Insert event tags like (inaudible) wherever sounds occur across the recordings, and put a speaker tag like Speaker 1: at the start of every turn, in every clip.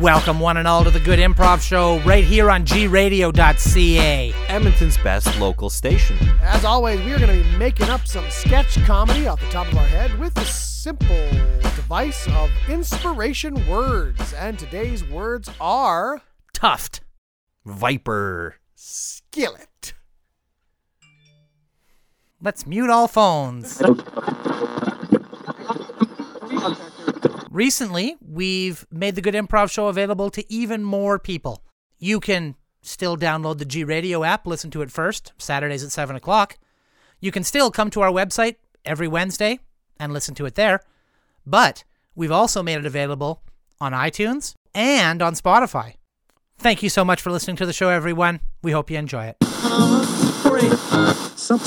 Speaker 1: Welcome, one and all, to the Good Improv Show right here on gradio.ca.
Speaker 2: Edmonton's best local station.
Speaker 3: As always, we are going to be making up some sketch comedy off the top of our head with the simple device of inspiration words. And today's words are
Speaker 1: Tuft.
Speaker 2: Viper.
Speaker 3: skillet.
Speaker 1: Let's mute all phones. Recently, we've made the Good Improv Show available to even more people. You can still download the G Radio app, listen to it first, Saturdays at 7 o'clock. You can still come to our website every Wednesday and listen to it there. But we've also made it available on iTunes and on Spotify. Thank you so much for listening to the show, everyone. We hope you enjoy it.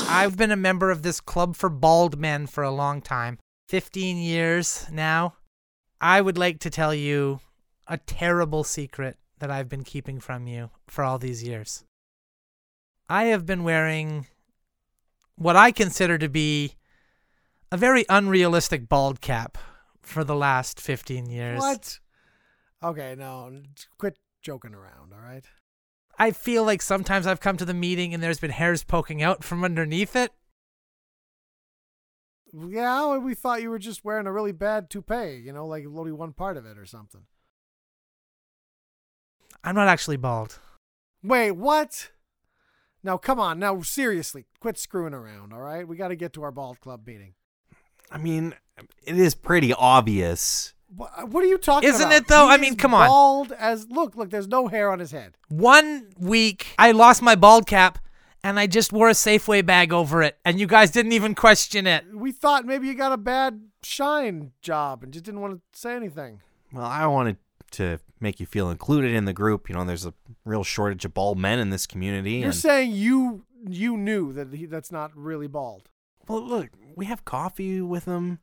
Speaker 1: I've been a member of this club for bald men for a long time 15 years now. I would like to tell you a terrible secret that I've been keeping from you for all these years. I have been wearing what I consider to be a very unrealistic bald cap for the last 15 years.
Speaker 3: What? Okay, no, quit joking around, all right?
Speaker 1: I feel like sometimes I've come to the meeting and there's been hairs poking out from underneath it.
Speaker 3: Yeah, we thought you were just wearing a really bad toupee, you know, like only one part of it or something.
Speaker 1: I'm not actually bald.
Speaker 3: Wait, what? Now, come on. Now, seriously, quit screwing around, all right? We got to get to our bald club meeting.
Speaker 2: I mean, it is pretty obvious.
Speaker 3: Wha- uh, What are you talking
Speaker 1: Isn't
Speaker 3: about?
Speaker 1: it, though?
Speaker 3: He
Speaker 1: I mean,
Speaker 3: is
Speaker 1: come on.
Speaker 3: Bald as look, look. There's no hair on his head.
Speaker 1: One week, I lost my bald cap and I just wore a Safeway bag over it, and you guys didn't even question it.
Speaker 3: We thought maybe you got a bad shine job and just didn't want to say anything.
Speaker 2: Well, I wanted to make you feel included in the group. You know, there's a real shortage of bald men in this community.
Speaker 3: You're
Speaker 2: and-
Speaker 3: saying you you knew that he, that's not really bald.
Speaker 2: well, look, we have coffee with him.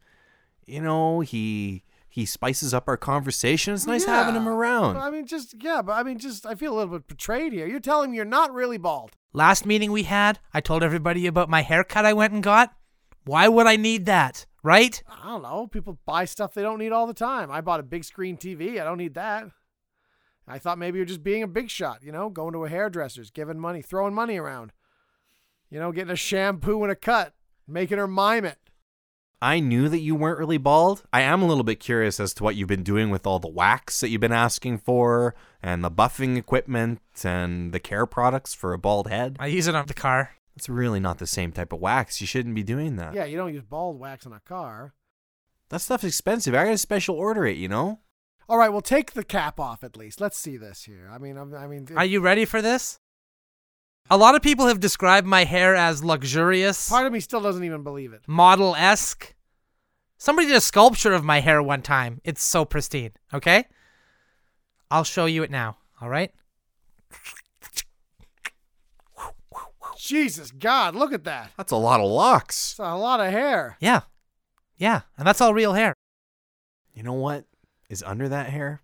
Speaker 2: You know, he he spices up our conversation. It's nice having
Speaker 3: Yeah.
Speaker 2: him around.
Speaker 3: I mean, just yeah, but I mean, just I feel a little bit betrayed here. You're telling me you're not really bald.
Speaker 1: Last meeting we had, I told everybody about my haircut I went and got. Why would I need that, right?
Speaker 3: I don't know. People buy stuff they don't need all the time. I bought a big screen TV. I don't need that. I thought maybe you're just being a big shot, you know, going to a hairdresser's, giving money, throwing money around, you know, getting a shampoo and a cut, making her mime it.
Speaker 2: I knew that you weren't really bald. I am a little bit curious as to what you've been doing with all the wax that you've been asking for and the buffing equipment and the care products for a bald head.
Speaker 1: I use it on the car.
Speaker 2: It's really not the same type of wax. You shouldn't be doing that.
Speaker 3: Yeah, you don't use bald wax on a car.
Speaker 2: That stuff's expensive. I got to special order it, you know?
Speaker 3: All right, well, take the cap off at least. Let's see this here. I mean, I'm- I, mean,
Speaker 1: Are you ready for this? A lot of people have described my hair as luxurious,
Speaker 3: part of me still doesn't even believe
Speaker 1: (laughs)
Speaker 3: it.
Speaker 1: model esque. Somebody did a sculpture of my hair one time. It's so pristine, okay? I'll show you it now, all right?
Speaker 3: Jesus God, look at that.
Speaker 2: That's a lot of locks.
Speaker 3: It's a lot of hair.
Speaker 1: Yeah. Yeah. And that's all real hair.
Speaker 2: You know what is under that hair?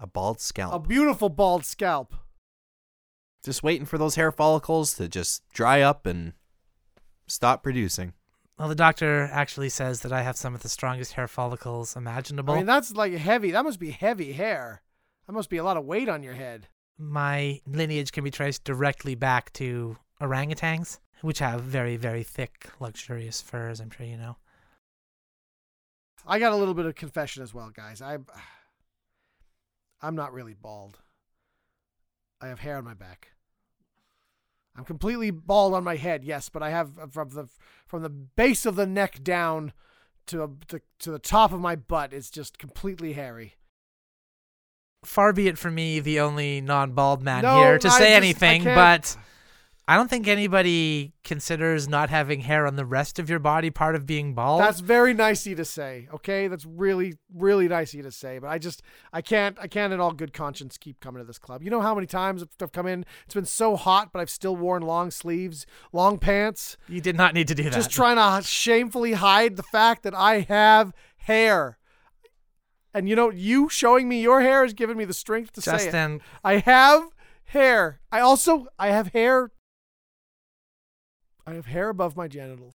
Speaker 2: A bald
Speaker 3: A
Speaker 2: scalp.
Speaker 3: beautiful bald scalp.
Speaker 2: just waiting for those hair follicles to just dry up and stop producing.
Speaker 1: Well, the doctor actually says that I have some of the strongest hair follicles imaginable.
Speaker 3: I mean, that's like heavy. That must be heavy hair. That must be a lot of weight on your head.
Speaker 1: my lineage can be traced directly back to orangutans, which have very, very thick, luxurious furs, I'm sure you know.
Speaker 3: I got a little bit of confession as well, guys. I, (sighs) I'm not really bald. I have hair on my back. I'm completely bald on my head, yes, but I have uh, from the from the base of the neck down to uh, the to the top of my butt. It's just completely hairy.
Speaker 1: Far be it from me, the only non bald man
Speaker 3: No,
Speaker 1: here, to
Speaker 3: I
Speaker 1: say
Speaker 3: just- I
Speaker 1: anything,
Speaker 3: can't-
Speaker 1: but I don't think anybody considers not having hair on the rest of your body part of being bald.
Speaker 3: That's very nice of you to say. Okay, that's really, really nice of you to say. But I just, I can't, I can't in all good conscience keep coming to this club. You know how many times I've- I've come in. It's been so hot, but I've still worn long sleeves, long pants,
Speaker 1: you did not need to do that.
Speaker 3: just trying to shamefully hide the fact that I have hair. And you know, you showing me your hair has given me the strength to say it.
Speaker 1: Justin,
Speaker 3: I have hair. I also, I have hair. I have hair above my genitals.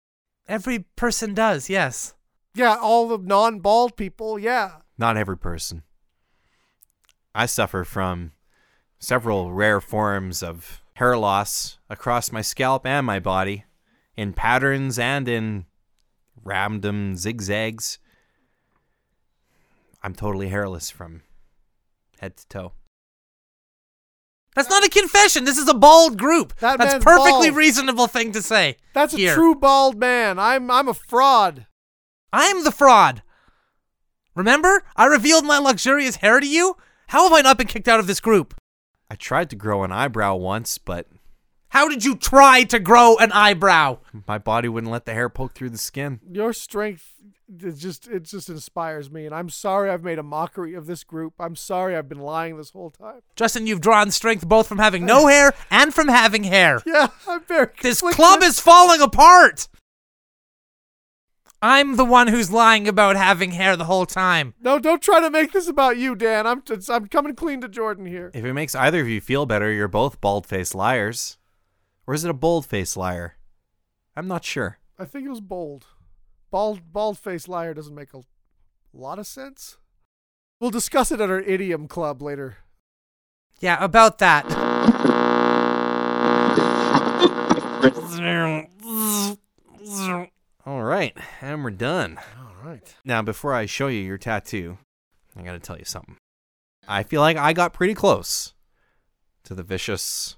Speaker 1: every person does, yes.
Speaker 3: Yeah, all the non-bald people. Yeah.
Speaker 2: Not every person. I suffer from several rare forms of hair loss across my scalp and my body in patterns and in random zigzags. I'm totally hairless from head to toe.
Speaker 1: That's not a confession. This is a bald group.
Speaker 3: That
Speaker 1: That's
Speaker 3: man's
Speaker 1: perfectly
Speaker 3: bald.
Speaker 1: reasonable thing to say.
Speaker 3: That's a
Speaker 1: here.
Speaker 3: true bald man. I'm I'm a fraud.
Speaker 1: I'm the fraud. Remember? I revealed my luxurious hair to you? How have I not been kicked out of this group?
Speaker 2: I tried to grow an eyebrow once, but
Speaker 1: How did you try to grow an eyebrow?
Speaker 2: my body wouldn't let the hair poke through the skin.
Speaker 3: Your strength it just it just inspires me and I'm sorry I've made a mockery of this group. I'm sorry I've been lying this
Speaker 1: (laughs)
Speaker 3: whole time.
Speaker 1: Justin, you've drawn strength both from having
Speaker 3: (laughs)
Speaker 1: no hair and from having hair.
Speaker 3: Yeah, I'm very
Speaker 1: This
Speaker 3: conflicted.
Speaker 1: club is falling apart. I'm the one who's lying about having hair the whole time.
Speaker 3: No, don't try to make this about you, Dan. I'm it's, I'm coming clean to Jordan here.
Speaker 2: If it makes either of you feel better, you're both bald faced liars. Or is it a bold faced liar? I'm not sure.
Speaker 3: I think it was bold. Bald bald faced liar doesn't make a lot of sense. We'll discuss it at our idiom club later.
Speaker 1: Yeah, about that.
Speaker 2: All right, and we're done.
Speaker 3: All right.
Speaker 2: Now, before I show you your tattoo, I gotta tell you something. I feel like I got pretty close to the vicious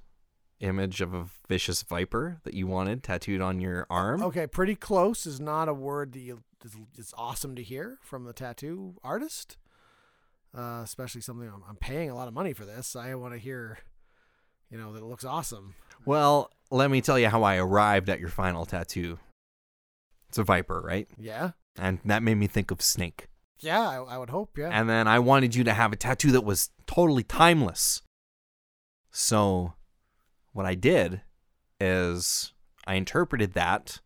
Speaker 2: image of a vicious viper that you wanted tattooed on your arm.
Speaker 3: Okay, pretty close is not a word that you. It's, it's awesome to hear from the tattoo artist, uh, especially something I'm, I'm paying a lot of money for this. I want to hear, you know, that it looks awesome.
Speaker 2: Well, let me tell you how I arrived at your final tattoo. It's a viper, right?
Speaker 3: Yeah,
Speaker 2: And that made me think of snake.
Speaker 3: yeah, I, I would hope. Yeah,
Speaker 2: And then I wanted you to have a tattoo that was totally timeless. So, what I did is I interpreted that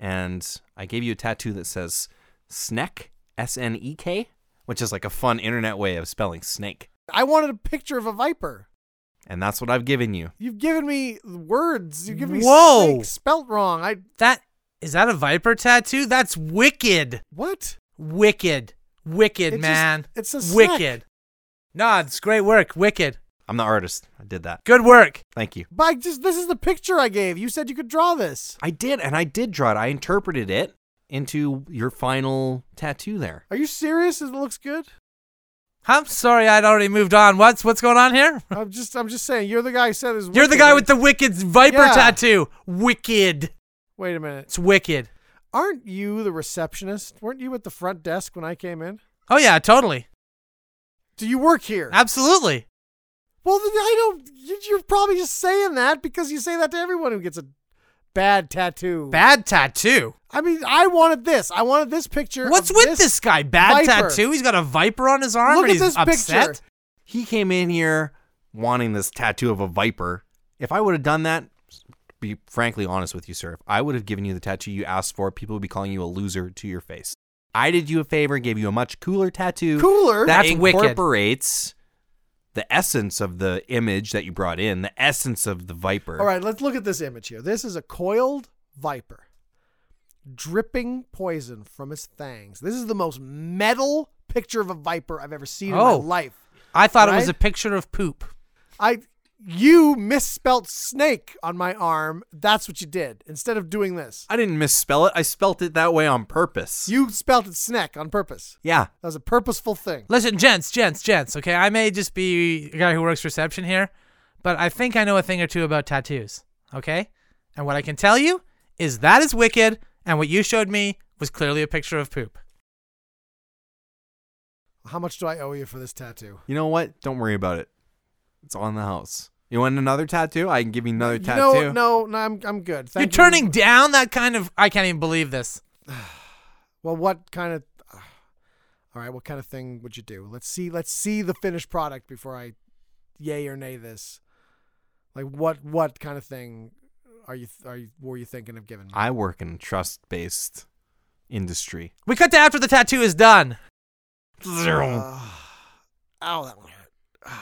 Speaker 2: and I gave you a tattoo that says Snek, S N E K, which is like a fun internet way of spelling snake.
Speaker 3: I wanted a picture of a viper.
Speaker 2: And that's what I've given you.
Speaker 3: You've given me words. You've given me
Speaker 1: Whoa.
Speaker 3: snake spelt wrong. I
Speaker 1: That is that a viper tattoo? That's wicked.
Speaker 3: what?
Speaker 1: Wicked. Wicked,
Speaker 3: It just-
Speaker 1: man.
Speaker 3: it's a snack.
Speaker 1: wicked. Nah, it's great work. Wicked.
Speaker 2: I'm the artist. I did that.
Speaker 1: Good work.
Speaker 2: Thank you.
Speaker 3: But I just this is the picture I gave. You said you could draw this.
Speaker 2: I did, and I did draw it. I interpreted it into your final tattoo there.
Speaker 3: Are you serious? It
Speaker 1: (laughs)
Speaker 3: looks good.
Speaker 1: I'm sorry I'd already moved on. What's what's going on here?
Speaker 3: I'm just I'm just saying. You're the guy who said it was
Speaker 1: You're the
Speaker 3: wicked,
Speaker 1: guy
Speaker 3: right?
Speaker 1: with the wicked viper
Speaker 3: Yeah.
Speaker 1: tattoo. Wicked.
Speaker 3: Wait a minute.
Speaker 1: It's wicked.
Speaker 3: Aren't you the receptionist? Weren't you at the front desk when I came in?
Speaker 1: Oh yeah, totally.
Speaker 3: Do you work here?
Speaker 1: Absolutely.
Speaker 3: well, then I don't. you- You're probably just saying that because you say that to everyone who gets a bad tattoo.
Speaker 1: Bad tattoo.
Speaker 3: I mean, I wanted this. I wanted this picture.
Speaker 1: What's
Speaker 3: of
Speaker 1: with
Speaker 3: this?
Speaker 1: this, guy? Bad
Speaker 3: viper.
Speaker 1: tattoo? He's got a viper on his arm
Speaker 3: Look
Speaker 1: and
Speaker 3: at
Speaker 1: he's
Speaker 3: this
Speaker 1: upset.
Speaker 3: picture.
Speaker 2: he came in here wanting this tattoo of a viper. If I would have done that, be frankly honest with you, sir, if I would have given you the tattoo you asked for, people would be calling you a loser to your face. I did you a favor, gave you a much cooler tattoo
Speaker 3: Cooler.
Speaker 2: that
Speaker 1: That's wicked.
Speaker 2: incorporates the essence of the image that you brought in, the essence of the viper.
Speaker 3: All right, let's look at this image here. This is a coiled viper dripping poison from its fangs. This is the most metal picture of a viper I've ever seen
Speaker 1: Oh.
Speaker 3: in my life.
Speaker 1: I thought it was
Speaker 3: Right?
Speaker 1: a picture of poop.
Speaker 3: I you misspelt snake on my arm. That's what you did. Instead of doing this,
Speaker 2: I didn't misspell it. I spelt it that way on purpose.
Speaker 3: you spelt it snack on purpose.
Speaker 2: yeah.
Speaker 3: That was a purposeful thing.
Speaker 1: Listen, gents, gents, gents. Okay, I may just be a guy who works reception here, but I think I know a thing or two about tattoos. Okay, and what I can tell you is that is wicked, and what you showed me was clearly a picture of poop.
Speaker 3: How much do I owe you for this tattoo?
Speaker 2: You know what? Don't worry about it. It's on the house. You want another tattoo? I can give you another
Speaker 3: You
Speaker 2: tattoo.
Speaker 3: know- No, no, I'm I'm good. Thank
Speaker 1: You're
Speaker 3: you.
Speaker 1: turning down that kind of. I can't even believe this.
Speaker 3: Well, what kind of? (sighs) All right, what kind of thing would you do? Let's see. Let's see the finished product before I, yay or nay this. Like what? What kind of thing are you? Are you? Were you thinking of giving? me?
Speaker 2: I work in a trust based industry.
Speaker 1: We cut to after the tattoo is done.
Speaker 3: Uh, ow, that one hurt.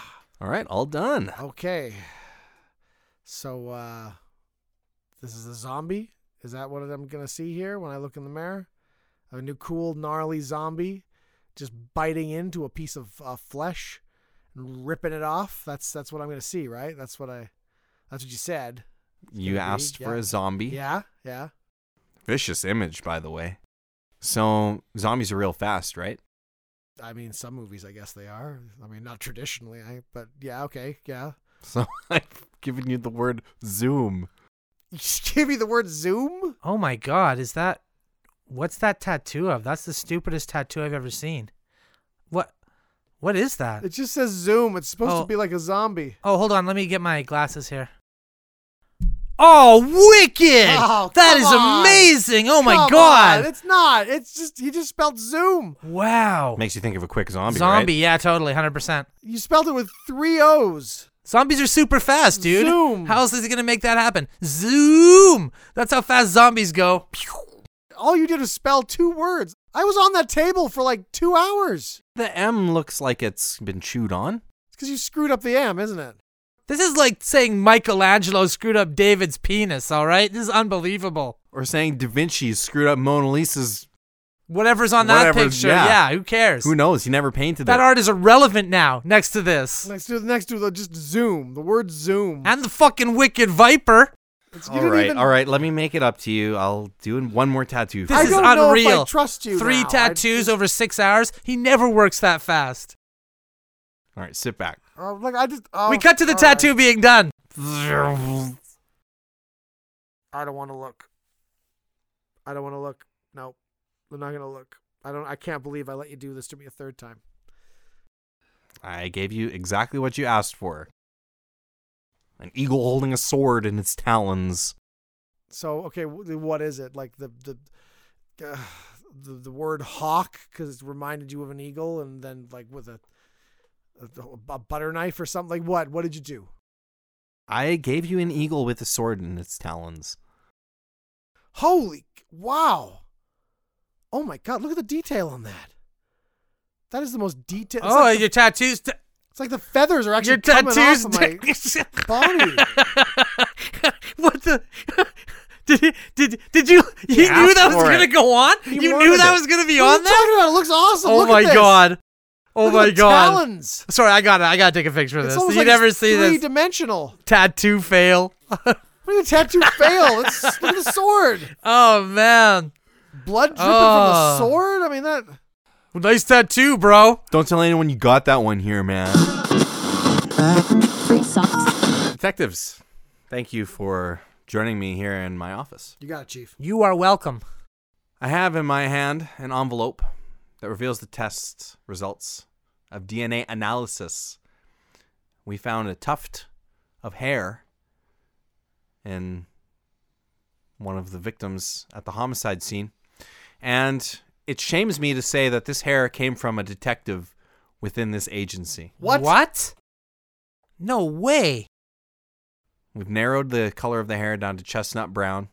Speaker 2: All right, all done.
Speaker 3: Okay. So uh, this is a zombie. Is that what I'm gonna see here when I look in the mirror? A new cool gnarly zombie, just biting into a piece of uh, flesh, and ripping it off. That's that's what I'm gonna see, right? That's what I. That's what you said.
Speaker 2: You
Speaker 3: gonna be-
Speaker 2: asked for
Speaker 3: yeah.
Speaker 2: a zombie.
Speaker 3: Yeah, yeah.
Speaker 2: Vicious image, by the way. So zombies are real fast, right? (laughs)
Speaker 3: I mean, some movies, I guess they are. I mean, not traditionally, I, but yeah, okay, yeah. (laughs)
Speaker 2: So I've given you the word zoom.
Speaker 3: You just gave me the word Zoom.
Speaker 1: Oh my god, is that what's that tattoo of? That's the stupidest tattoo I've ever seen. What what is that?
Speaker 3: It just says Zoom. It's supposed
Speaker 1: Oh.
Speaker 3: to be like a zombie.
Speaker 1: Oh, hold on, let me get my glasses here. Oh, wicked!
Speaker 3: Oh,
Speaker 1: that
Speaker 3: come
Speaker 1: is
Speaker 3: on.
Speaker 1: amazing. Oh my
Speaker 3: Come
Speaker 1: god.
Speaker 3: on, it's not. It's just he just spelled Zoom.
Speaker 1: Wow.
Speaker 2: Makes you think of a quick zombie. right?
Speaker 1: yeah, totally, 100%.
Speaker 3: You spelled it with three O's.
Speaker 1: Zombies are super fast, dude.
Speaker 3: Zoom.
Speaker 1: How else is he going to make that happen? Zoom. That's how fast zombies go.
Speaker 3: All you did was spell two words. I was on that table for like two hours.
Speaker 2: The M looks like it's been chewed on.
Speaker 3: It's because you screwed up the M, isn't it?
Speaker 1: This is like saying Michelangelo screwed up David's penis, all right? This is unbelievable.
Speaker 2: Or saying Da Vinci screwed up Mona Lisa's.
Speaker 1: Whatever's on that
Speaker 2: Whatever's-
Speaker 1: picture,
Speaker 2: yeah.
Speaker 1: yeah. who cares?
Speaker 2: Who knows? He never painted
Speaker 1: that
Speaker 2: it.
Speaker 1: art is irrelevant now next to this.
Speaker 3: Next to the next to the just Zoom. The word Zoom.
Speaker 1: And the fucking wicked viper.
Speaker 3: It's- you
Speaker 2: all
Speaker 3: didn't
Speaker 2: right,
Speaker 3: even-
Speaker 2: all right. Let me make it up to you. I'll do one more tattoo.
Speaker 1: This
Speaker 3: I
Speaker 2: for
Speaker 1: is
Speaker 2: you.
Speaker 3: don't know if I
Speaker 1: unreal.
Speaker 3: trust you
Speaker 1: Three
Speaker 3: now. I
Speaker 1: tattoos
Speaker 3: just-
Speaker 1: over six hours. He never works that fast.
Speaker 2: all right, sit back.
Speaker 3: Uh, like I just. oh,
Speaker 1: we cut to the
Speaker 3: all
Speaker 1: tattoo being done. Oh,
Speaker 3: right. I don't want to look. I don't want to look. No, I'm not gonna look. I don't. I can't believe I let you do this to me a third time.
Speaker 2: I gave you exactly what you asked for. An eagle holding a sword in its talons.
Speaker 3: So okay, w- what is it like the the uh, the, the word hawk because it reminded you of an eagle, and then like with a, a a butter knife or something. Like what? What did you do?
Speaker 2: I gave you an eagle with a sword in its talons.
Speaker 3: Holy c- wow! Oh my god, look at the detail on that. That is the most detailed.
Speaker 1: oh, your tattoos. T-
Speaker 3: it's like the feathers are actually
Speaker 1: your
Speaker 3: coming
Speaker 1: tattoos.
Speaker 3: off of my
Speaker 1: (laughs) t-
Speaker 3: body.
Speaker 1: what the? (laughs) Did, he, did did you you
Speaker 2: He
Speaker 1: knew
Speaker 2: asked
Speaker 1: that was
Speaker 2: for
Speaker 1: gonna
Speaker 2: it.
Speaker 1: go on?
Speaker 2: He
Speaker 1: you knew
Speaker 2: wanted
Speaker 1: that
Speaker 2: it.
Speaker 1: was gonna be
Speaker 3: What are
Speaker 1: on
Speaker 3: you
Speaker 1: there.
Speaker 3: talking about? It looks awesome.
Speaker 1: Oh
Speaker 3: Look at
Speaker 1: my
Speaker 3: this.
Speaker 1: god! Oh
Speaker 3: Look at
Speaker 1: my
Speaker 3: the
Speaker 1: god!
Speaker 3: Talons.
Speaker 1: Sorry, I got it. I gotta take a picture of
Speaker 3: It's
Speaker 1: this.
Speaker 3: almost
Speaker 1: You
Speaker 3: like
Speaker 1: never
Speaker 3: it's
Speaker 1: see this
Speaker 3: three-dimensional.
Speaker 1: tattoo fail. (laughs)
Speaker 3: What did the tattoo fail? It's, look at the sword.
Speaker 1: oh man,
Speaker 3: Blood dripping
Speaker 1: Oh.
Speaker 3: from the sword. I mean that.
Speaker 1: nice tattoo, bro.
Speaker 2: Don't tell anyone you got that one here, man.
Speaker 4: Free socks.
Speaker 2: Detectives, thank you for joining me here in my office.
Speaker 3: You got it, chief.
Speaker 1: You are welcome.
Speaker 2: I have in my hand an envelope that reveals the test results of DNA analysis. We found a tuft of hair in one of the victims at the homicide scene. And it shames me to say that this hair came from a detective within this agency.
Speaker 3: What?
Speaker 1: What? No way.
Speaker 2: We've narrowed the color of the hair down to chestnut brown.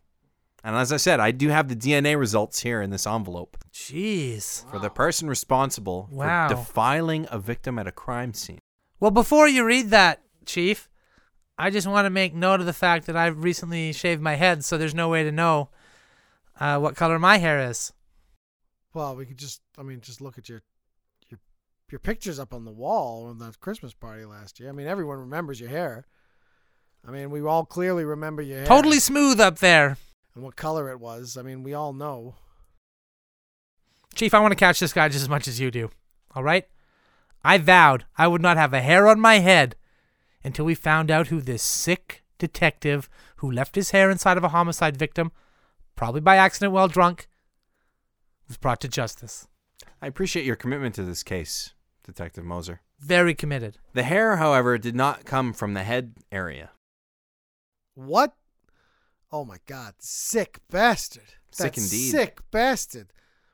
Speaker 2: And as I said, I do have the DNA results here in this envelope
Speaker 1: Jeez.
Speaker 2: for the person responsible
Speaker 1: Wow.
Speaker 2: for defiling a victim at a crime scene.
Speaker 1: Well, before you read that, Chief, I just want to make note of the fact that I've recently shaved my head, so there's no way to know uh, what color my hair is.
Speaker 3: Well, we could just. I mean, just look at your your your pictures up on the wall on that Christmas party last year. I mean, everyone remembers your hair. I mean, we all clearly remember your hair.
Speaker 1: Totally smooth up there.
Speaker 3: And what color it was. I mean, we all know.
Speaker 1: Chief, I want to catch this guy just as much as you do. All right? I vowed I would not have a hair on my head until we found out who this sick detective who left his hair inside of a homicide victim, probably by accident while drunk, was brought to justice.
Speaker 2: I appreciate your commitment to this case, Detective Moser.
Speaker 1: Very committed.
Speaker 2: The hair, however, did not come from the head area.
Speaker 3: What? Oh my God! Sick bastard.
Speaker 2: Sick
Speaker 3: That
Speaker 2: indeed.
Speaker 3: Sick bastard.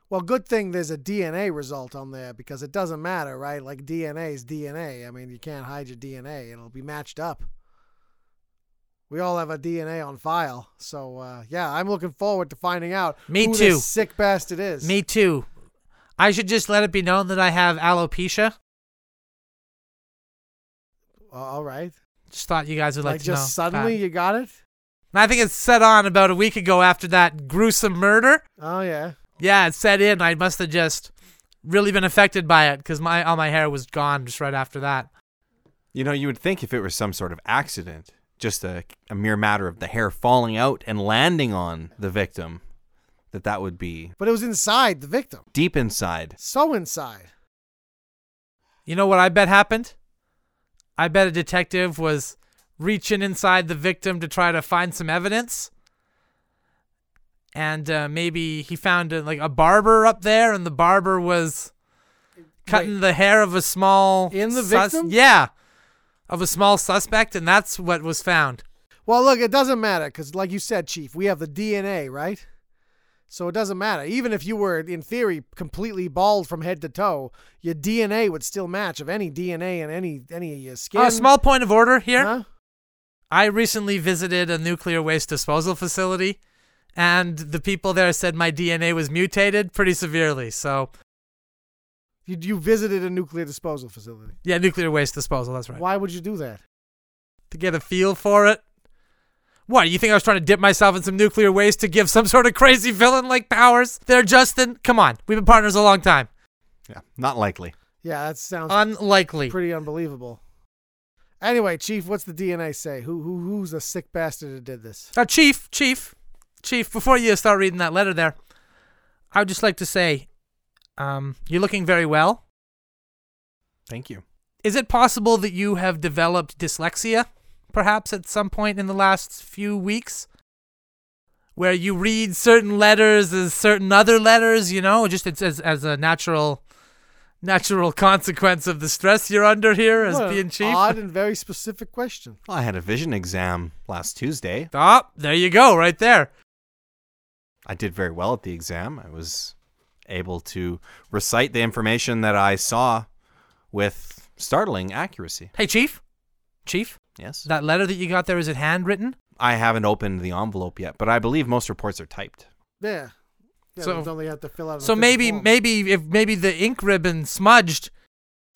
Speaker 3: Well, good thing there's a DNA result on there because it doesn't matter, right? Like DNA is DNA. I mean, you can't hide your DNA; it'll be matched up. We all have a DNA on file, so uh, yeah, I'm looking forward to finding out
Speaker 1: Me
Speaker 3: who
Speaker 1: too.
Speaker 3: this sick bastard is.
Speaker 1: Me too. I should just let it be known that I have alopecia.
Speaker 3: Uh, all right.
Speaker 1: Just thought you guys would like,
Speaker 3: like
Speaker 1: to know.
Speaker 3: just suddenly
Speaker 1: that.
Speaker 3: you got it.
Speaker 1: And I think it set on about a week ago after that gruesome murder.
Speaker 3: Oh yeah.
Speaker 1: Yeah, it set in. I must have just really been affected by it because my all my hair was gone just right after that.
Speaker 2: You know, you would think if it was some sort of accident, just a, a mere matter of the hair falling out and landing on the victim, that that would be
Speaker 3: But it was inside the victim.
Speaker 2: deep inside.
Speaker 3: So inside.
Speaker 1: You know what I bet happened? I bet a detective was reaching inside the victim to try to find some evidence. And uh, maybe he found uh, like a barber up there, and the barber was cutting the hair of a small
Speaker 3: In the
Speaker 1: sus-
Speaker 3: victim?
Speaker 1: Yeah, of a small suspect, and that's what was found.
Speaker 3: Well, look, it doesn't matter because, like you said, Chief, we have the DNA, right? So it doesn't matter. Even if you were, in theory, completely bald from head to toe, your DNA would still match of any DNA in any any of your skin.
Speaker 1: A Uh, Oh, small point of order here.
Speaker 3: Huh?
Speaker 1: I recently visited a nuclear waste disposal facility, and the people there said my DNA was mutated pretty severely. So
Speaker 3: You, you visited a nuclear disposal facility.
Speaker 1: Yeah, nuclear waste disposal. That's right.
Speaker 3: Why would you do that?
Speaker 1: To get a feel for it. What, you think I was trying to dip myself in some nuclear waste to give some (laughs) sort of crazy villain like powers there, Justin? Come on. We've been partners a long time.
Speaker 2: Yeah, not likely.
Speaker 3: Yeah, that sounds
Speaker 1: Unlikely.
Speaker 3: pretty unbelievable. Anyway, Chief, what's the DNA say? Who who who's the sick bastard that did this?
Speaker 1: Uh, Chief, Chief, Chief, before you start reading that letter there, I would just like to say um, you're looking very well.
Speaker 2: Thank you.
Speaker 1: Is it possible that you have developed dyslexia, perhaps at some point in the last few weeks? Where you read certain letters as certain other letters, you know, just it's as, as a natural natural consequence of the stress you're under here as
Speaker 3: What an
Speaker 1: being chief.
Speaker 3: Odd and very specific question.
Speaker 2: Well, I had a vision exam last Tuesday.
Speaker 1: Ah, there you go, right there.
Speaker 2: I did very well at the exam. I was able to recite the information that I saw with startling accuracy.
Speaker 1: Hey Chief? Chief?
Speaker 2: Yes.
Speaker 1: That letter that you got there, is it handwritten?
Speaker 2: I haven't opened the envelope yet, but I believe most reports are typed.
Speaker 3: Yeah. yeah
Speaker 1: So-
Speaker 3: so, don't they have to fill out. an
Speaker 1: So
Speaker 3: official
Speaker 1: maybe
Speaker 3: form?
Speaker 1: maybe if maybe the ink ribbon smudged.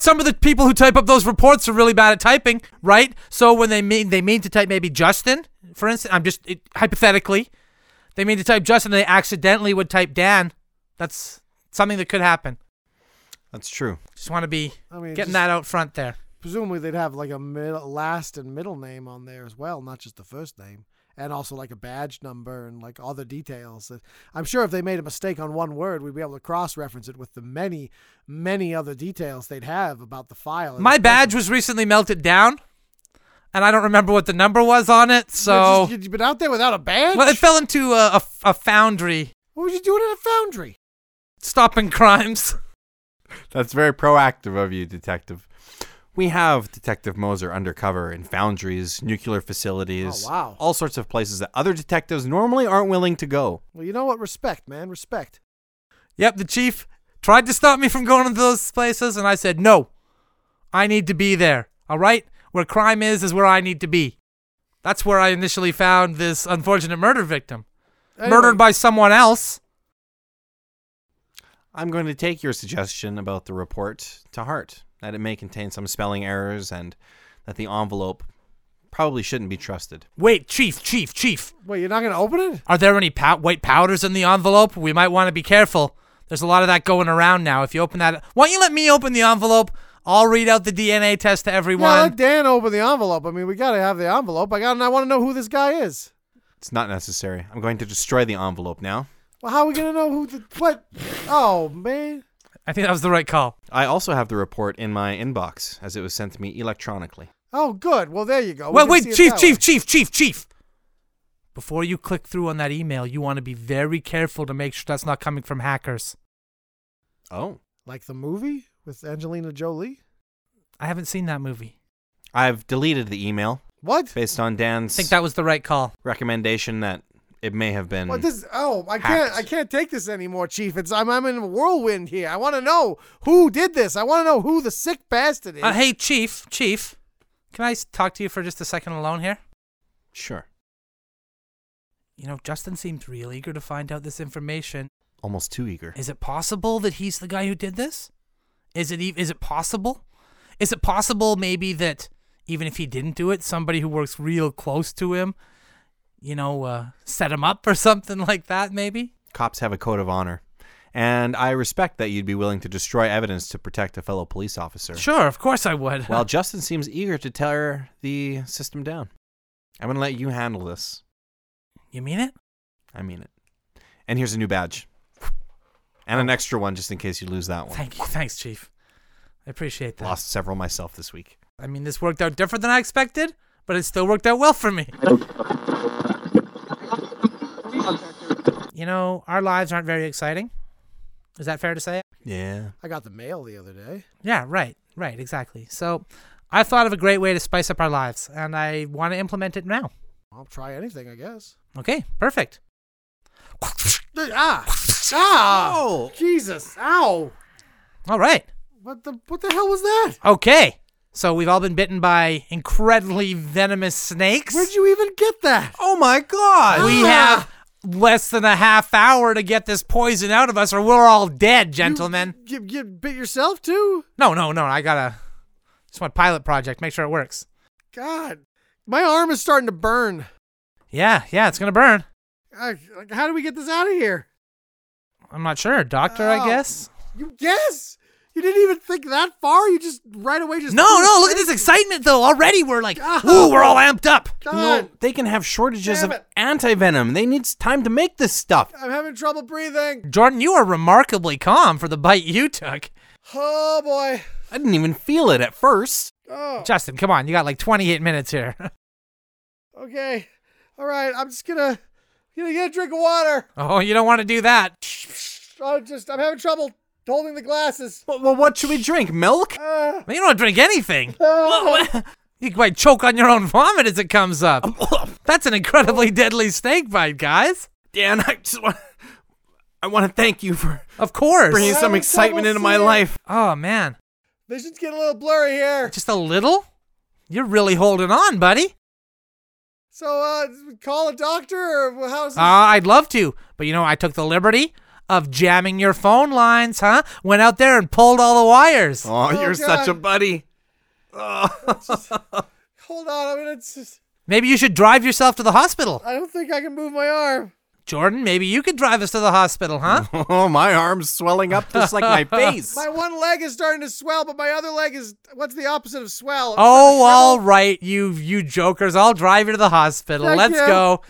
Speaker 1: Some of the people who type up those reports are really bad at typing, right? So when they mean they mean to type maybe Justin, for instance, I'm just it, hypothetically, they mean to type Justin and they accidentally would type Dan. That's something that could happen.
Speaker 2: That's true.
Speaker 1: Just want to be
Speaker 3: I mean,
Speaker 1: getting
Speaker 3: just-
Speaker 1: that out front there.
Speaker 3: presumably they'd have like a middle, last and middle name on there as well, not just the first name, and also like a badge number and like other details. That I'm sure if they made a mistake on one word, we'd be able to cross-reference it with the many, many other details they'd have about the file.
Speaker 1: My badge was recently melted down, and I don't remember what the number was on it.
Speaker 3: So
Speaker 1: So
Speaker 3: you've been out there without a badge.
Speaker 1: well, it fell into a, a, a foundry
Speaker 3: what were you doing at a foundry?
Speaker 1: (laughs) stopping crimes.
Speaker 2: That's very proactive of you, Detective. We have Detective Moser undercover in foundries, nuclear facilities,
Speaker 3: Oh, wow.
Speaker 2: all sorts of places that other detectives normally aren't willing to go.
Speaker 3: Well, you know what? Respect, man. Respect.
Speaker 1: Yep, the chief tried to stop me from going into those places, and I said, no, I need to be there. All right? Where crime is, is where I need to be. That's where I initially found this unfortunate murder victim. Murdered
Speaker 3: Anyway,
Speaker 1: by someone else.
Speaker 2: I'm going to take your suggestion about the report to heart that it may contain some spelling errors and that the envelope probably shouldn't be trusted.
Speaker 1: Wait, chief, chief, chief.
Speaker 3: Wait, you're not gonna open it?
Speaker 1: Are there any pow- white powders in the envelope? We might want to be careful. There's a lot of that going around now. If you open that, why don't you let me open the envelope? I'll read out the DNA test to everyone.
Speaker 3: Yeah, let Dan open the envelope. I mean, we gotta have the envelope. I got, and I want to know who this guy is.
Speaker 2: It's not necessary. I'm going to destroy the envelope now.
Speaker 3: Well, how are we gonna know who the what? Oh man.
Speaker 1: I think that was the right call.
Speaker 2: I also have the report in my inbox as it was sent to me electronically.
Speaker 3: Oh, good. Well, there you go. We
Speaker 1: Well,
Speaker 3: can see
Speaker 1: wait,
Speaker 3: it
Speaker 1: chief,
Speaker 3: that
Speaker 1: chief,
Speaker 3: way.
Speaker 1: chief, chief, chief. Before you click through on that email, you want to be very careful to make sure that's not coming from hackers.
Speaker 2: Oh.
Speaker 3: Like the movie with Angelina Jolie.
Speaker 1: I haven't seen that movie.
Speaker 2: I've deleted the email
Speaker 3: What?
Speaker 2: based on
Speaker 1: I
Speaker 2: Dan's
Speaker 1: think that was the right call.
Speaker 2: recommendation that it may have been.
Speaker 3: What this? Oh, I
Speaker 2: Hacked.
Speaker 3: can't. I can't take this anymore, chief. It's I'm I'm in a whirlwind here. I want to know who did this. I want to know who the sick bastard is.
Speaker 1: Uh, hey, chief, chief, can I s- talk to you for just a second alone here?
Speaker 2: Sure.
Speaker 1: You know, Justin seems real eager to find out this information.
Speaker 2: Almost too eager.
Speaker 1: Is it possible that he's the guy who did this? Is it ev- is it possible? Is it possible maybe that even if he didn't do it, somebody who works real close to him, (laughs) you know, uh, set him up or something like that? Maybe.
Speaker 2: Cops have a code of honor, And I respect that you'd be willing to destroy evidence to protect a fellow police officer.
Speaker 1: Sure, of course I would.
Speaker 2: While Justin seems eager to tear the system down. I'm going to let you handle this.
Speaker 1: (laughs) you mean it?
Speaker 2: I mean it. And here's a new badge. And an extra one just in case you lose that one.
Speaker 1: Thank you. Thanks, Chief. I appreciate that.
Speaker 2: Lost several myself this week.
Speaker 1: I mean, this worked out different than I expected, but it still worked out well for me. You know, our lives aren't very exciting. Is that fair to say?
Speaker 2: Yeah.
Speaker 3: I got the mail the other day.
Speaker 1: Yeah, right, right, exactly. So I thought of a great way to spice up our lives, and I want to implement it now.
Speaker 3: I'll try anything, I guess.
Speaker 1: Okay, perfect.
Speaker 3: Ah!
Speaker 1: (laughs)
Speaker 3: Ah!
Speaker 2: Oh!
Speaker 3: Jesus! Ow!
Speaker 1: All right.
Speaker 3: What the what the hell was that?
Speaker 1: Okay. So we've all been bitten by incredibly venomous snakes.
Speaker 3: Where'd you even get that?
Speaker 2: Oh my god!
Speaker 3: (gasps)
Speaker 1: we
Speaker 3: Ah!
Speaker 1: have less than a half hour to get this poison out of us, or we're all dead, gentlemen.
Speaker 3: You, you, you bit yourself too?
Speaker 1: No, no, no. I gotta. Just want pilot project. Make sure it works.
Speaker 3: God, my arm is starting to burn.
Speaker 1: Yeah, yeah. It's gonna burn.
Speaker 3: I, like, how do we get this out of here?
Speaker 1: I'm not sure. Doctor, I
Speaker 3: Ow.
Speaker 1: guess.
Speaker 3: You guess? You didn't even think that far. You just right away just
Speaker 1: No, no.
Speaker 3: threw it
Speaker 1: Look at
Speaker 3: straight-
Speaker 1: this excitement, though. Already we're like,
Speaker 3: God.
Speaker 1: ooh, we're all amped up.
Speaker 3: God,
Speaker 2: they can have shortages
Speaker 3: Damn
Speaker 2: of
Speaker 3: it.
Speaker 2: anti venom. They need s- time to make this stuff.
Speaker 3: I'm having trouble breathing.
Speaker 1: Jordan, you are remarkably calm for the bite you took.
Speaker 3: Oh boy.
Speaker 2: I didn't even feel it at first.
Speaker 3: Oh.
Speaker 1: Justin, come on. You got like 28 minutes here. (laughs)
Speaker 3: Okay. All right. I'm just gonna gonna get a drink of water.
Speaker 1: oh, you don't want to do that.
Speaker 3: I'm just I'm having trouble holding the glasses.
Speaker 2: Well, well what should we drink?
Speaker 3: (laughs)
Speaker 2: Milk?
Speaker 3: Uh,
Speaker 1: You don't drink anything.
Speaker 3: uh,
Speaker 1: You might choke on your own vomit as it comes up.
Speaker 2: Oh.
Speaker 1: That's an incredibly deadly snake bite, guys.
Speaker 2: Dan, I just want I want to thank you for
Speaker 1: Of course.
Speaker 2: bringing some
Speaker 3: Having
Speaker 2: excitement
Speaker 3: trouble
Speaker 2: into my
Speaker 3: seeing.
Speaker 2: life.
Speaker 1: Oh, man.
Speaker 3: vision's getting a little blurry here.
Speaker 1: Just a little? You're really holding on, buddy.
Speaker 3: So uh, call a doctor or how's
Speaker 1: Uh, I'd love to, but you know, I took the liberty of jamming your phone lines, huh? Went out there and pulled all the wires.
Speaker 2: (laughs) Oh,
Speaker 3: Oh,
Speaker 2: you're such a
Speaker 3: God. (laughs)
Speaker 2: buddy. Oh.
Speaker 3: Hold on, I mean, it's just,
Speaker 1: Maybe you should drive yourself to the hospital.
Speaker 3: I don't think I can move my arm.
Speaker 1: Jordan, maybe you could drive us to the hospital, huh?
Speaker 2: Oh, my arm's swelling up just like
Speaker 3: (laughs)
Speaker 2: my face.
Speaker 3: My one leg is starting to swell, but my other leg is what's the opposite of swell? It's starting
Speaker 1: Oh,
Speaker 3: to
Speaker 1: all
Speaker 3: shrivel.
Speaker 1: right, you you jokers. I'll drive you to the hospital.
Speaker 3: Thank
Speaker 1: Let's
Speaker 3: you.
Speaker 1: go.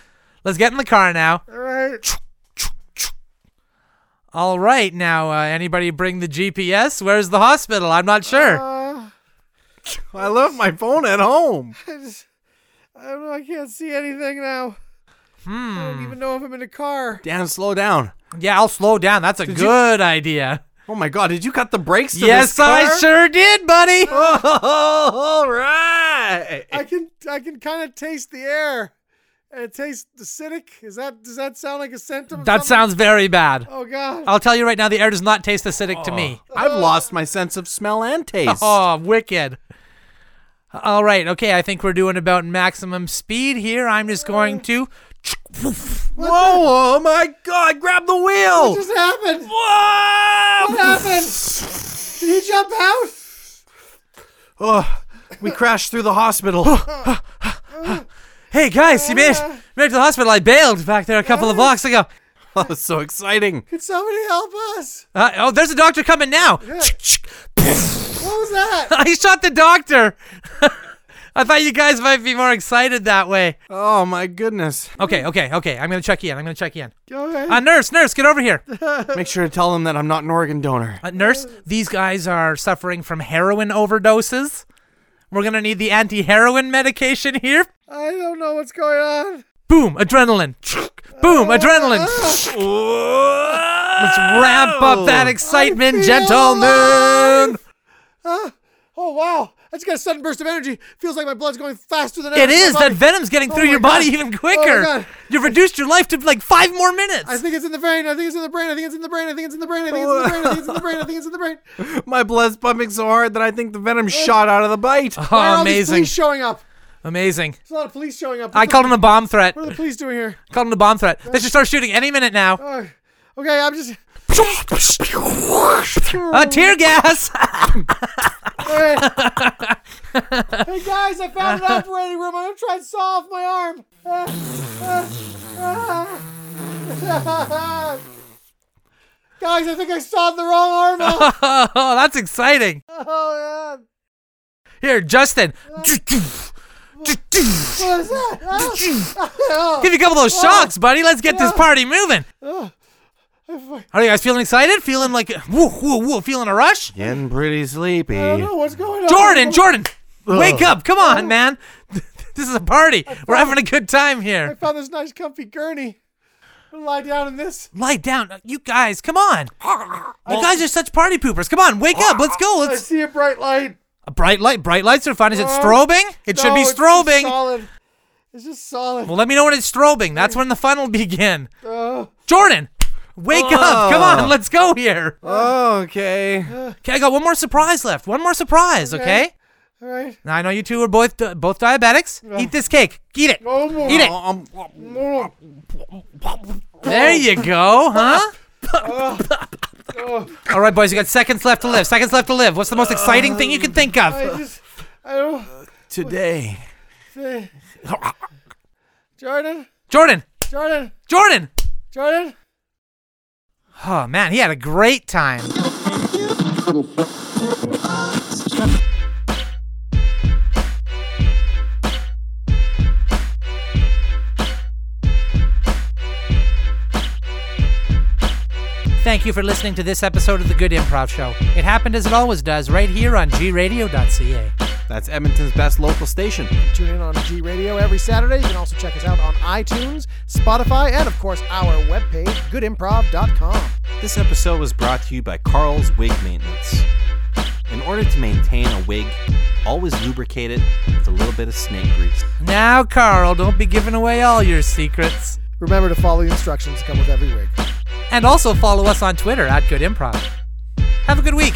Speaker 1: Let's get in the car now.
Speaker 3: All right.
Speaker 1: All right, now uh, anybody bring the GPS? Where's the hospital? I'm not sure.
Speaker 3: Uh,
Speaker 2: I left
Speaker 3: (laughs)
Speaker 2: my phone at home.
Speaker 3: I just, I don't know. I can't see anything now. I don't
Speaker 1: hmm.
Speaker 3: even know if I'm in a car.
Speaker 2: Dan, slow down.
Speaker 1: Yeah, I'll slow down. That's a
Speaker 2: Did you-
Speaker 1: good idea.
Speaker 2: Oh my God, did you cut the brakes? To
Speaker 1: Yes,
Speaker 2: this car?
Speaker 1: I sure did, buddy.
Speaker 2: Oh, (laughs) all right.
Speaker 3: I can, I can kind of taste the air. And It tastes acidic. Is that? Does that sound like a symptom? of
Speaker 1: That
Speaker 3: something?
Speaker 1: sounds very bad.
Speaker 3: Oh God.
Speaker 1: I'll tell you right now, the air does not taste acidic to me.
Speaker 2: I've lost my sense of smell and
Speaker 3: (laughs)
Speaker 2: taste.
Speaker 1: Oh, wicked. All right, okay. I think we're doing about maximum speed here. I'm just going to.
Speaker 2: Whoa! Oh my God! Grab the
Speaker 3: What
Speaker 2: wheel.
Speaker 3: just happened?
Speaker 2: Whoa!
Speaker 3: What happened? Did he jump out?
Speaker 2: (laughs) Oh, we crashed through the hospital. (laughs) Oh,
Speaker 1: Hey guys, you made it, made it to the hospital. I bailed back there a couple of blocks ago.
Speaker 2: that was so
Speaker 3: (laughs)
Speaker 2: exciting.
Speaker 3: Could somebody help us?
Speaker 1: Uh, oh, there's a doctor coming now. (laughs)
Speaker 3: What was that?
Speaker 1: I shot the doctor. (laughs) I thought you guys might be more excited that way.
Speaker 2: Oh my goodness.
Speaker 1: Okay, okay, okay. I'm gonna check you in. I'm gonna check you in.
Speaker 3: Okay.
Speaker 1: Uh, nurse, nurse, get over here.
Speaker 2: Make sure to tell them that I'm not an organ donor.
Speaker 1: Uh, nurse, these guys are suffering from heroin overdoses. We're gonna need the anti-heroin medication here.
Speaker 3: I don't know what's going on.
Speaker 1: Boom, adrenaline. Boom, adrenaline. Let's
Speaker 2: Let's
Speaker 1: ramp up that
Speaker 3: Oh. I
Speaker 1: excitement,
Speaker 3: feel
Speaker 1: gentlemen.
Speaker 3: Ah, oh wow! I just got a sudden burst of energy. Feels like my blood's going faster than
Speaker 1: It
Speaker 3: ever.
Speaker 1: is that venom's getting
Speaker 3: Oh
Speaker 1: through
Speaker 3: my
Speaker 1: your body
Speaker 3: God.
Speaker 1: even
Speaker 3: Oh my
Speaker 1: quicker.
Speaker 3: God.
Speaker 1: You've reduced your life to like five more minutes.
Speaker 3: I think it's in the brain. I think it's in the brain. I think it's in the brain. I think it's in the brain. I think it's in the brain. I think it's in the brain. I think it's in the brain.
Speaker 2: My blood's pumping so hard that I think the venom shot out of the bite.
Speaker 3: Why
Speaker 1: (laughs)
Speaker 3: are
Speaker 1: oh,
Speaker 3: all these
Speaker 1: amazing,
Speaker 3: police showing up.
Speaker 1: amazing.
Speaker 3: There's a lot of police showing up.
Speaker 1: I
Speaker 3: What the-
Speaker 1: called him a bomb threat.
Speaker 3: What are the police doing here?
Speaker 1: Called him a bomb threat. They should start shooting any minute now.
Speaker 3: Uh, okay, I'm just. Oh.
Speaker 1: Uh, tear gas. (laughs)
Speaker 3: Hey. hey guys, I found an operating room. I'm gonna try and saw off my arm. (laughs) Ah, ah, ah. Guys, I think I sawed the wrong arm off. (laughs)
Speaker 1: Oh, that's exciting.
Speaker 3: oh, man.
Speaker 1: Here, Justin.
Speaker 3: What is that? (laughs)
Speaker 1: (laughs)
Speaker 3: Oh.
Speaker 1: Give you a couple of those shocks, buddy. Let's get this party moving.
Speaker 3: Oh. I
Speaker 1: Are you guys feeling excited? Feeling like woo, woo, woo, feeling a rush?
Speaker 2: Getting pretty sleepy.
Speaker 3: don't know what's going on.
Speaker 1: Jordan, Jordan, wake
Speaker 3: Oh.
Speaker 1: up. Come on, man. (laughs) This is a party. We're having a good time
Speaker 3: I
Speaker 1: here.
Speaker 3: found this nice comfy gurney. I'm gonna lie down in this.
Speaker 1: Lie down. Uh, You guys, come
Speaker 3: (laughs)
Speaker 1: on. You guys are such party poopers. Come on, wake up. Let's go.
Speaker 3: I (laughs)
Speaker 1: Let's
Speaker 3: see a bright light.
Speaker 1: a bright light. Bright lights are fun. Is it
Speaker 3: Oh,
Speaker 1: strobing? It should
Speaker 3: No,
Speaker 1: be
Speaker 3: it's just
Speaker 1: strobing.
Speaker 3: Solid. It's just solid.
Speaker 1: Well, let me know when it's strobing. That's when the fun will begin.
Speaker 3: Oh,
Speaker 1: Jordan, wake up. Come on, let's go here.
Speaker 2: Okay.
Speaker 1: Okay, I got one more surprise left. One more surprise, okay?
Speaker 3: all right.
Speaker 1: Now I know you two are both uh, both diabetics. Eat this cake. Eat it.
Speaker 3: No Oh, more.
Speaker 1: Eat it.
Speaker 2: Um,
Speaker 3: No.
Speaker 1: There you go, huh?
Speaker 3: (laughs) Oh,
Speaker 1: All right, boys, you got seconds left to live. Seconds left to live. What's the most exciting thing you can think
Speaker 3: I
Speaker 1: of?
Speaker 3: just, I don't
Speaker 2: today.
Speaker 3: say. Jordan,
Speaker 1: Jordan,
Speaker 3: Jordan,
Speaker 1: Jordan.
Speaker 3: Jordan.
Speaker 1: Oh man, he had a great time. Thank you for listening to this episode of The Good Improv Show. It happened as it always does, right here on gradio.ca.
Speaker 2: That's Edmonton's best local station.
Speaker 3: Tune in on G Radio every Saturday. You can also check us out on iTunes, Spotify, and of course our webpage, goodimprov.com.
Speaker 2: This episode was brought to you by Carl's Wig Maintenance. In order to maintain a wig, always lubricate it with a little bit of snake grease.
Speaker 1: Now, Carl, don't be giving away all your secrets.
Speaker 3: Remember to follow the instructions that come with every wig.
Speaker 1: And also follow us on Twitter at Good Improv. Have a good week.